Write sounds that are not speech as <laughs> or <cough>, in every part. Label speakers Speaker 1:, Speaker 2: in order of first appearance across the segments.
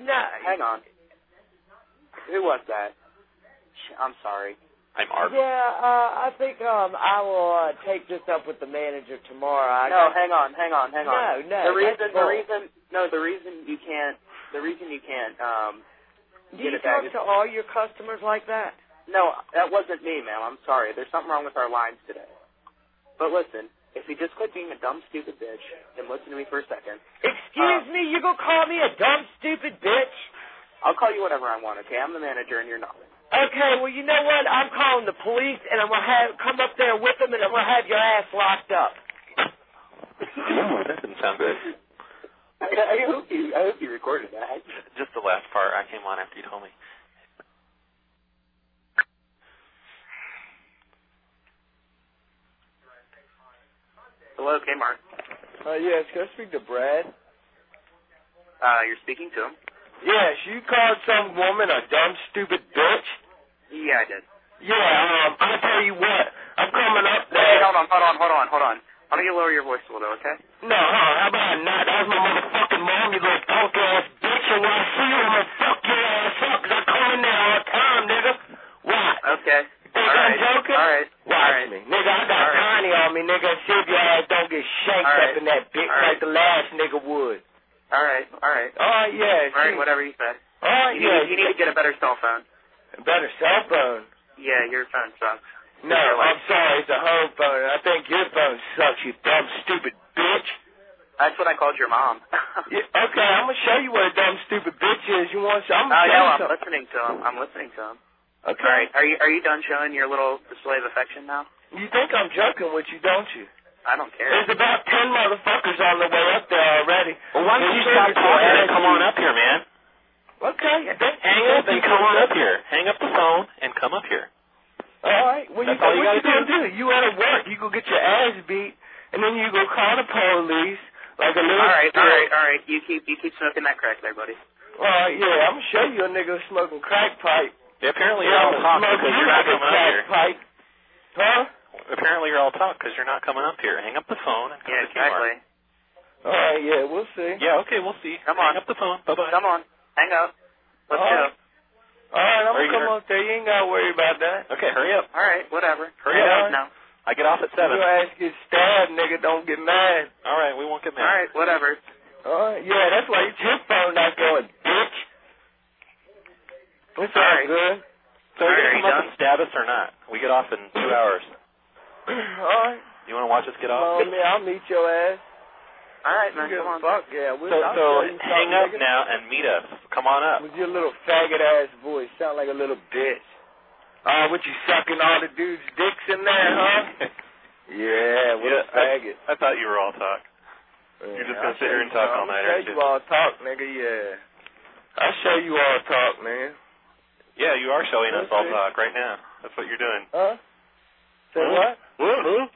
Speaker 1: No.
Speaker 2: Hang on. Who was that? Sh- I'm sorry.
Speaker 3: I'm Art.
Speaker 1: Yeah, uh, I think um I will uh, take this up with the manager tomorrow. I
Speaker 2: no,
Speaker 1: got,
Speaker 2: hang on, hang on, hang
Speaker 1: no,
Speaker 2: on.
Speaker 1: no.
Speaker 2: the reason,
Speaker 1: that's
Speaker 2: the
Speaker 1: bull.
Speaker 2: reason, no, the reason you can't, the reason you can't. Um,
Speaker 1: Do you
Speaker 2: get it
Speaker 1: talk
Speaker 2: back is-
Speaker 1: to all your customers like that?
Speaker 2: no, that wasn't me, ma'am. I'm sorry. There's something wrong with our lines today. But listen, if you just quit being a dumb, stupid bitch and listen to me for a second,
Speaker 1: Excuse
Speaker 2: Uh.
Speaker 1: me, you gonna call me a dumb, stupid bitch?
Speaker 2: I'll call you whatever I want. Okay, I'm the manager and you're not.
Speaker 1: Okay, well you know what? I'm calling the police, and I'm gonna have come up there with them, and I'm gonna have your ass locked up.
Speaker 3: Ooh, that didn't sound good.
Speaker 2: I, I hope you, I hope you recorded that.
Speaker 3: Just the last part. I came on after you told me.
Speaker 2: Hello, Kmart.
Speaker 4: Uh, yes, can I speak to Brad?
Speaker 2: Uh, you're speaking to him.
Speaker 4: Yes, you called some woman a dumb, stupid bitch.
Speaker 2: Yeah, I did.
Speaker 4: Yeah, um, I tell you what, I'm coming up
Speaker 2: Hey,
Speaker 4: there.
Speaker 2: hold on, hold on, hold on, hold on. Why don't you lower your voice a little, okay?
Speaker 4: No, huh, how about not? That was my motherfucking mom, you little punk ass bitch. And when I see you, I'm gonna fuck your ass up 'cause I come in there all the time, nigga. What?
Speaker 2: Okay.
Speaker 4: Think
Speaker 2: All
Speaker 4: I'm
Speaker 2: right.
Speaker 4: joking?
Speaker 2: All right.
Speaker 4: Watch
Speaker 2: All right.
Speaker 4: me. Nigga, I got
Speaker 2: All right.
Speaker 4: Connie on me, nigga. See if your ass don't get shanked
Speaker 2: All right.
Speaker 4: up in that bitch
Speaker 2: All right.
Speaker 4: like the last nigga would.
Speaker 2: All right. All right.
Speaker 4: Oh, yeah.
Speaker 2: All right. Whatever you said.
Speaker 4: All right,
Speaker 2: You
Speaker 4: yeah.
Speaker 2: need, you need to get a better cell phone.
Speaker 4: better cell phone.
Speaker 2: Yeah, your phone sucks.
Speaker 4: No, I'm sorry. It's a home phone. I think your phone sucks, you dumb, stupid bitch.
Speaker 2: That's what I called your mom.
Speaker 4: Yeah, okay, I'm gonna show you what a dumb, stupid bitch is. You want? To,
Speaker 2: <laughs>
Speaker 4: I'm
Speaker 2: Oh
Speaker 4: gonna
Speaker 2: no,
Speaker 4: show you <laughs>
Speaker 2: I'm
Speaker 4: something.
Speaker 2: listening to him. I'm listening to him.
Speaker 4: Okay.
Speaker 2: All right. Are you are you done showing your little display of affection now?
Speaker 4: You think I'm joking with you, don't you?
Speaker 2: I don't care.
Speaker 4: There's about ten motherfuckers on the way up there already.
Speaker 3: Well, why
Speaker 4: Can
Speaker 3: don't you
Speaker 4: you
Speaker 3: stop
Speaker 4: take your
Speaker 3: talking and
Speaker 4: ass,
Speaker 3: come
Speaker 4: you-
Speaker 3: on up here, man?
Speaker 4: Okay. that's
Speaker 3: Hang
Speaker 4: cool,
Speaker 3: up and
Speaker 4: that's
Speaker 3: come on
Speaker 4: cool.
Speaker 3: up here. Hang up the phone and come up here.
Speaker 4: All right. Well,
Speaker 3: That's
Speaker 4: you,
Speaker 3: all you
Speaker 4: what
Speaker 3: gotta
Speaker 4: you gonna do? You out of work? You go get your ass beat, and then you go call the police like a
Speaker 2: All
Speaker 4: little.
Speaker 2: right. All
Speaker 4: bitch.
Speaker 2: right. All right. You keep you keep smoking that crack there, buddy.
Speaker 4: Uh, yeah, I'm gonna show you a nigga smoking crack pipe.
Speaker 3: Apparently you're all talk
Speaker 4: Smoking
Speaker 3: because you're
Speaker 4: like
Speaker 3: not
Speaker 4: a
Speaker 3: coming up
Speaker 4: crack
Speaker 3: here.
Speaker 4: pipe. Huh?
Speaker 3: Apparently you're all talk because you're not coming up here. Hang up the phone and come
Speaker 2: Yeah,
Speaker 3: to Kmart.
Speaker 2: exactly.
Speaker 4: All right, yeah, we'll see.
Speaker 3: Yeah, okay, we'll see.
Speaker 2: Come on.
Speaker 3: Hang up the phone. Bye bye.
Speaker 2: Come on, hang up. Let's
Speaker 4: All
Speaker 2: go.
Speaker 4: right. All right, I'm
Speaker 3: Are you
Speaker 4: gonna come
Speaker 3: gonna-
Speaker 4: up there. You ain't gotta worry about that.
Speaker 3: Okay, hurry up.
Speaker 2: All right. Whatever.
Speaker 3: Hurry
Speaker 4: up.
Speaker 2: No.
Speaker 3: I get off at
Speaker 4: Your
Speaker 3: seven.
Speaker 4: ass get stabbed, nigga. Don't get mad.
Speaker 3: All right, we won't get
Speaker 2: All
Speaker 3: mad.
Speaker 2: right. Whatever.
Speaker 4: All right, yeah, that's why your chip phone not going, bitch. What's
Speaker 2: All
Speaker 4: all
Speaker 2: right.
Speaker 4: good?
Speaker 3: So you're
Speaker 2: All
Speaker 3: gonna
Speaker 2: right,
Speaker 3: come up
Speaker 2: done.
Speaker 3: and stab us or not? We get off in two hours.
Speaker 4: all right,
Speaker 3: You want to watch us get
Speaker 4: well,
Speaker 3: off?
Speaker 4: me, I'll meet your ass.
Speaker 2: All right,
Speaker 4: You
Speaker 2: man.
Speaker 4: give
Speaker 2: Come
Speaker 4: a
Speaker 2: on.
Speaker 4: fuck, yeah. We'll,
Speaker 3: So,
Speaker 4: I'll
Speaker 3: so
Speaker 4: show you
Speaker 3: hang
Speaker 4: something,
Speaker 3: up
Speaker 4: nigga.
Speaker 3: now and meet us. Come on up.
Speaker 4: With your little faggot ass voice, sound like a little bitch. Oh, what you sucking all the dudes' dicks in there, huh? <laughs> Yeah, what
Speaker 3: Yeah,
Speaker 4: a faggot.
Speaker 3: <laughs> I thought you were all talk. You're just gonna sit here and talk all night,
Speaker 4: I'll
Speaker 3: aren't
Speaker 4: show
Speaker 3: you?
Speaker 4: you all talk, nigga, yeah. I'll show you all talk, man.
Speaker 3: Yeah, you are showing us all
Speaker 4: Okay.
Speaker 3: talk right now. That's what you're doing.
Speaker 4: Huh? Say
Speaker 3: Huh?
Speaker 4: what?
Speaker 3: Woo.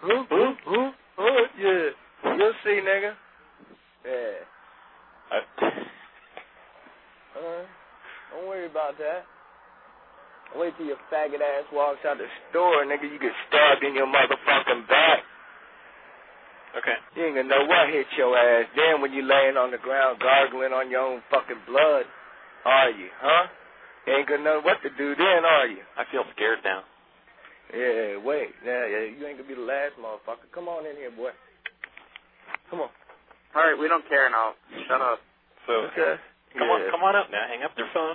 Speaker 4: Who, who, who, who? Yeah. You'll see, nigga. Yeah.
Speaker 3: I-
Speaker 4: Uh, don't worry about that. Wait till your faggot ass walks out the store, nigga. You get stabbed in your motherfucking back.
Speaker 3: Okay.
Speaker 4: You ain't gonna know what hit your ass then when you laying on the ground gargling on your own fucking blood, are you, huh? You ain't gonna know what to do then, are you?
Speaker 3: I feel scared now.
Speaker 4: Yeah, wait. Yeah, yeah, you ain't gonna be the last motherfucker. Come on in here, boy. Come on.
Speaker 2: All right. We don't care now. Shut up.
Speaker 3: So come on, come on up now. Hang up their phone.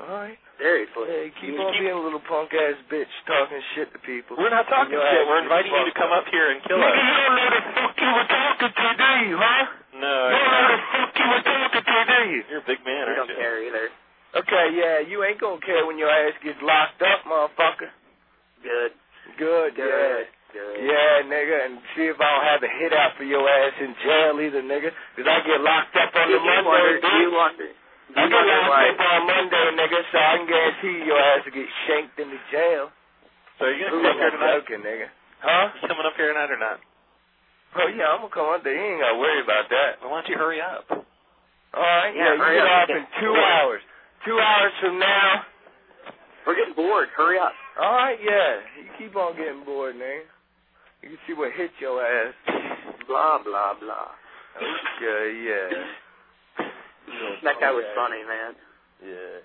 Speaker 4: All right.
Speaker 2: Seriously.
Speaker 4: Hey, keep on being a little punk ass bitch talking shit to people.
Speaker 3: We're not talking
Speaker 4: Your
Speaker 3: shit.
Speaker 4: ass
Speaker 3: We're
Speaker 4: is
Speaker 3: inviting you to
Speaker 4: fucked
Speaker 3: come
Speaker 4: up.
Speaker 3: up here and kill
Speaker 4: Nigga,
Speaker 3: us.
Speaker 4: you don't know the fuck you were talking to, do you, huh?
Speaker 3: No,
Speaker 4: You don't know the fuck you were talking to, do you?
Speaker 3: you're a big man,
Speaker 2: We
Speaker 3: aren't
Speaker 2: don't
Speaker 3: you?
Speaker 2: care either.
Speaker 4: Okay, yeah, you ain't gonna care when your ass gets locked up, motherfucker.
Speaker 2: Good.
Speaker 4: Good, yeah.
Speaker 2: Good. Good.
Speaker 4: Yeah, nigga, and see if I don't have a hit out for your ass in jail either, nigga. Because I get locked up on
Speaker 2: Do
Speaker 4: the
Speaker 2: you
Speaker 4: Monday,
Speaker 2: wonder? Do
Speaker 4: bitch.
Speaker 2: you wonder? Do
Speaker 4: I
Speaker 2: you
Speaker 4: get
Speaker 2: wonder
Speaker 4: locked
Speaker 2: why?
Speaker 4: up on Monday, nigga, so I can guarantee your ass will get shanked in the jail.
Speaker 3: So are you gonna
Speaker 4: Ooh,
Speaker 3: come up here
Speaker 4: I'm
Speaker 3: tonight?
Speaker 4: joking, nigga. Huh?
Speaker 3: You coming up here tonight or not?
Speaker 4: Oh, yeah, I'm gonna come up there. You ain't gotta worry about that.
Speaker 3: Well, why don't you hurry up?
Speaker 4: Alright,
Speaker 2: Yeah,
Speaker 4: yeah,
Speaker 2: hurry
Speaker 4: you get
Speaker 2: up.
Speaker 4: off in two hours. Two hours from now.
Speaker 2: We're getting bored. Hurry up.
Speaker 4: Alright, yeah. You keep on getting bored, nigga. You can see what hit your ass.
Speaker 2: Blah blah blah.
Speaker 4: Okay, yeah. You
Speaker 2: That guy was
Speaker 5: Okay.
Speaker 2: funny, man.
Speaker 5: Yeah.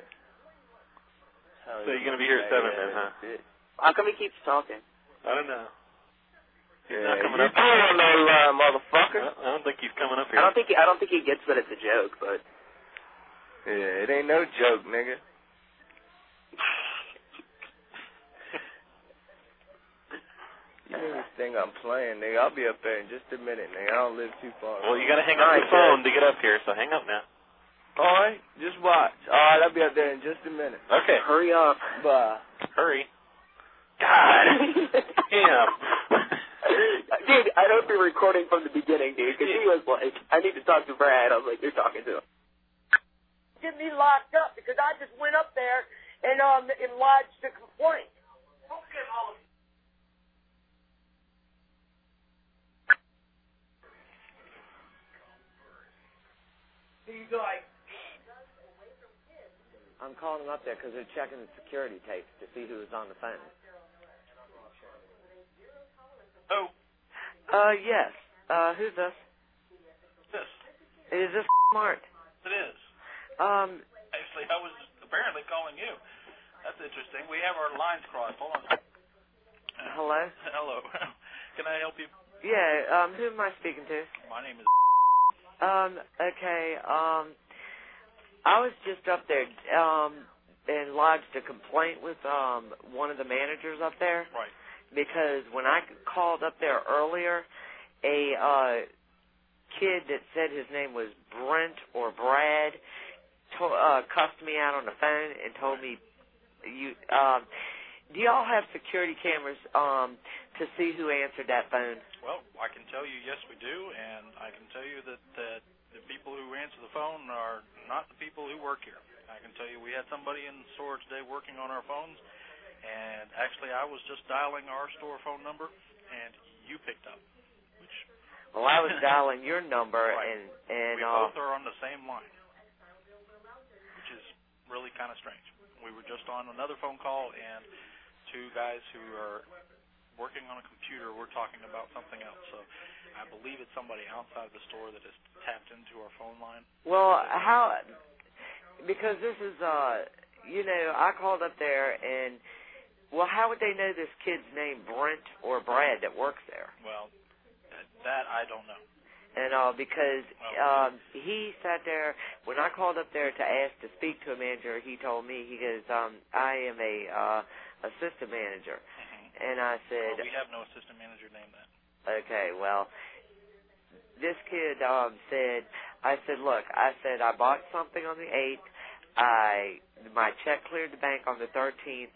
Speaker 6: So you're gonna be here at seven then, huh?
Speaker 2: How come he keeps talking?
Speaker 6: I don't know. He's
Speaker 5: Yeah,
Speaker 6: not coming
Speaker 5: you
Speaker 6: up.
Speaker 5: don't want no line,
Speaker 6: I
Speaker 5: motherfucker.
Speaker 6: don't- I don't think he's coming up
Speaker 2: I
Speaker 6: here.
Speaker 2: don't think he, I don't think he gets that it's a joke, but
Speaker 5: Yeah, it ain't no joke, nigga. You niggas think I'm playing, nigga. I'll be up there in just a minute, nigga. I don't live too far.
Speaker 6: well, you gotta hang up
Speaker 2: All
Speaker 6: your
Speaker 2: right,
Speaker 6: phone to get up here, so hang up now.
Speaker 5: All right, just watch. All right, I'll be up there in just a minute.
Speaker 6: Okay,
Speaker 2: hurry
Speaker 7: <laughs>
Speaker 2: up.
Speaker 5: Bye.
Speaker 6: hurry. God <laughs>
Speaker 3: <laughs>
Speaker 6: damn.
Speaker 2: <laughs> dude, I hope you're recording from the beginning, dude, because he was like, I need to talk to Brad. I was like, you're talking to him.
Speaker 4: Get me locked up because I just went up there and um and lodged a complaint.
Speaker 8: I'm calling them up there because they're checking the security tapes to see who was on the phone.
Speaker 3: Oh,
Speaker 4: Uh, yes. Uh, who's this?
Speaker 6: This,
Speaker 4: Is this Mark?
Speaker 6: it is.
Speaker 4: Um,
Speaker 6: Actually, I was apparently calling you. That's interesting. We have our lines crossed. Hold
Speaker 3: <laughs>
Speaker 6: on.
Speaker 4: hello?
Speaker 6: Hello. Can I help you?
Speaker 4: Yeah, um, who am I speaking to?
Speaker 6: My name is.
Speaker 4: Um, okay, um, I was just up there, um, and lodged a complaint with, um, one of the managers up there
Speaker 6: Right.
Speaker 4: because when I called up there earlier, a, uh, kid that said his name was Brent or Brad to, uh, cussed me out on the phone and told me, you, um, do y'all have security cameras, um, to see who answered that phone?
Speaker 3: Well, I can tell you, yes, we do, and I can tell you that uh, the people who answer the phone are not the people who work here. I can tell you, we had somebody in the store today working on our phones, and actually, I was just dialing our store phone number, and you picked up. Which
Speaker 4: Well, I was
Speaker 3: <laughs>
Speaker 4: dialing your number,
Speaker 3: Right.
Speaker 4: and and
Speaker 3: we
Speaker 4: uh,
Speaker 3: both are on the same line, which is really kind of strange. We were just on another phone call, and two guys who are working on a computer were talking about something else. So I believe it's somebody outside the store that has tapped into our phone line.
Speaker 4: well, how? Because this is, uh, you know, I called up there, and well, how would they know this kid's name, Brent or Brad, that works there?
Speaker 3: Well, that- that I don't know.
Speaker 4: And uh, because um, he sat there when I called up there to ask to speak to a manager, he told me he goes, um, I am a uh, assistant manager,
Speaker 3: Mhm.
Speaker 4: and I
Speaker 3: Well,
Speaker 4: said,
Speaker 3: we have no assistant manager named that.
Speaker 4: okay, well, this kid um said, I said, look, I said I bought something on the eighth. I my check cleared the bank on the thirteenth,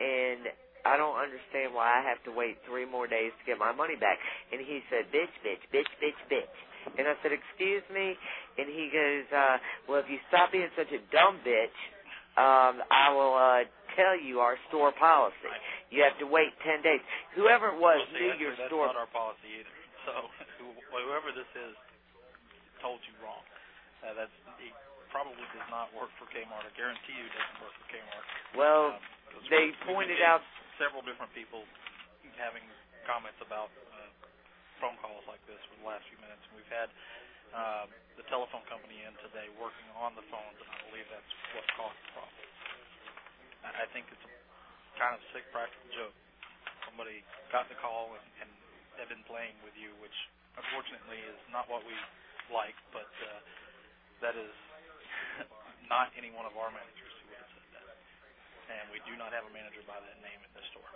Speaker 4: and I don't understand why I have to wait three more days to get my money back. And he said, bitch, bitch, bitch, bitch, bitch. And I said, excuse me. And he goes, uh, well, if you stop being such a dumb bitch, um, I will uh, tell you our store policy. You have to wait ten days. Whoever it was
Speaker 3: Well, see,
Speaker 4: knew
Speaker 3: actually,
Speaker 4: your
Speaker 3: that's
Speaker 4: store
Speaker 3: not our policy either. So who- whoever this is told you wrong. Uh, that's he probably does not work for Kmart. I guarantee you it doesn't work for Kmart.
Speaker 4: Well,
Speaker 3: Um, 'cause we-
Speaker 4: they
Speaker 3: we've been
Speaker 4: pointed
Speaker 3: getting
Speaker 4: out.
Speaker 3: several different people having comments about uh, phone calls like this for the last few minutes. And we've had uh, the telephone company in today working on the phones, and I believe that's what caused the problem. I I think it's a kind of sick practical joke. Somebody got the call and, and they've been playing with you, which unfortunately is not what we like, but uh, that is <laughs> not any one of our managers who would have said that. And we do not have a manager by that name at this store.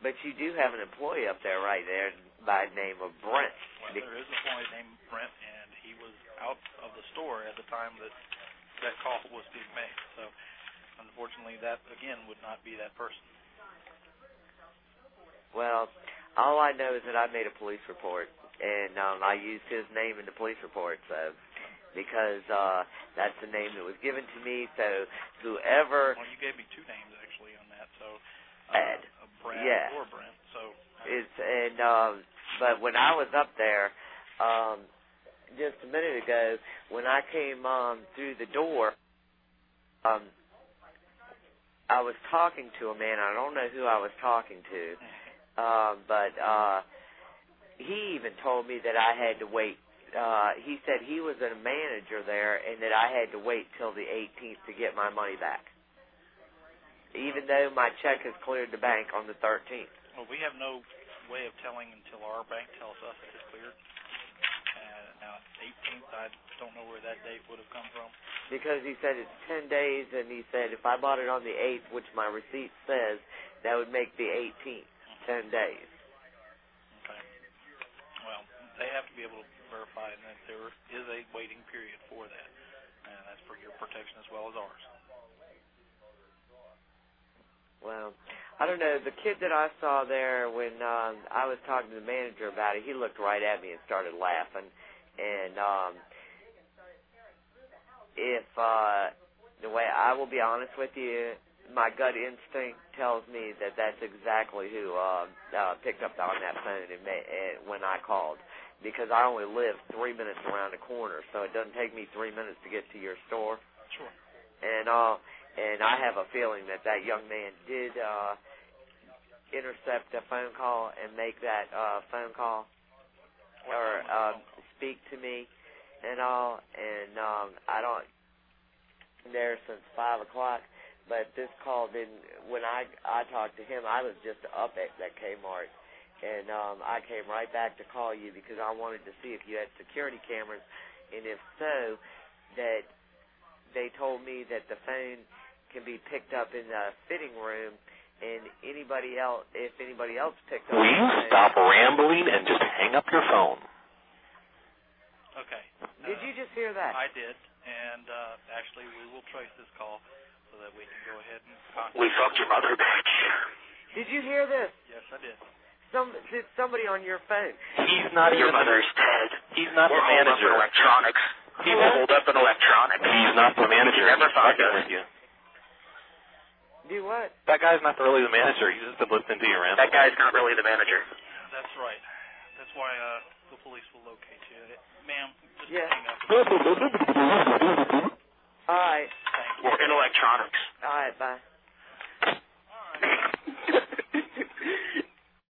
Speaker 4: But you do have an employee up there right there by the name of Brent.
Speaker 3: Well, there is an employee named Brent, and he was out of the store at the time that that call was being made. So, unfortunately, that again would not be that person.
Speaker 4: Well, all I know is that I made a police report, and um, I used his name in the police report, so because uh, that's the name that was given to me. So whoever,
Speaker 3: Well, you gave me two names actually on that. So, uh,
Speaker 4: Ed.
Speaker 3: uh, Brad
Speaker 4: Yeah.
Speaker 3: or Brent. So, uh,
Speaker 4: it's and um, but when I was up there, um, just a minute ago, when I came um, through the door, um, I was talking to a man. I don't know who I was talking to. um, but uh, he even told me that I had to wait uh, he said he was a manager there and that I had to wait till the 18th to get my money back, even though my check has cleared the bank on the 13th.
Speaker 3: Well, we have no way of telling until our bank tells us that it's cleared. Uh, now, 18th, I don't know where that date would have come from.
Speaker 4: because he said it's ten days, and he said if I bought it on the eighth, which my receipt says, that would make the eighteenth ten days.
Speaker 3: Okay. Well, they have to be able to verify and that there is a waiting period for that, and that's for your protection as well as ours.
Speaker 4: Well, I don't know. The kid that I saw there when um, I was talking to the manager about it, he looked right at me and started laughing. And um, if uh, the way I will be honest with you, my gut instinct tells me that that's exactly who uh, uh, picked up on that phone and, ma- and when I called, because I only live three minutes around the corner, so it doesn't take me three minutes to get to your store
Speaker 3: Sure.
Speaker 4: and uh and I have a feeling that that young man did uh intercept a phone call and make that uh phone call or um speak to me and all and um I don't been there since five o'clock but this call didn't when I I talked to him I was just up at that Kmart and um I came right back to call you because I wanted to see if you had security cameras and if so that they told me that the phone can be picked up in the fitting room and anybody else if anybody else picked up the
Speaker 7: Please
Speaker 4: phone-
Speaker 7: stop rambling and just hang up your phone.
Speaker 3: Okay.
Speaker 4: did
Speaker 3: Uh,
Speaker 4: you just hear that
Speaker 3: I did, and uh, actually, we will trace this call so that we can go ahead and contact.
Speaker 7: mother, bitch.
Speaker 4: did you hear this
Speaker 3: Yes, I did.
Speaker 4: some did somebody on your phone
Speaker 7: He's not even
Speaker 2: dead.
Speaker 7: He's not the manager.
Speaker 2: electronics.
Speaker 7: He will hold
Speaker 2: up in electronics.
Speaker 7: He's not the manager.
Speaker 2: Never
Speaker 7: He's
Speaker 2: thought
Speaker 7: fucking
Speaker 2: of it.
Speaker 7: with you.
Speaker 4: do what
Speaker 7: That guy's not really the manager. He's just listening to you ramble.
Speaker 2: not really the manager.
Speaker 3: That's right. That's why uh, the police will locate you, ma'am. Just
Speaker 4: Yeah.
Speaker 3: hang up.
Speaker 4: all right
Speaker 7: <laughs>
Speaker 3: Thank you.
Speaker 2: We're in electronics.
Speaker 4: all right bye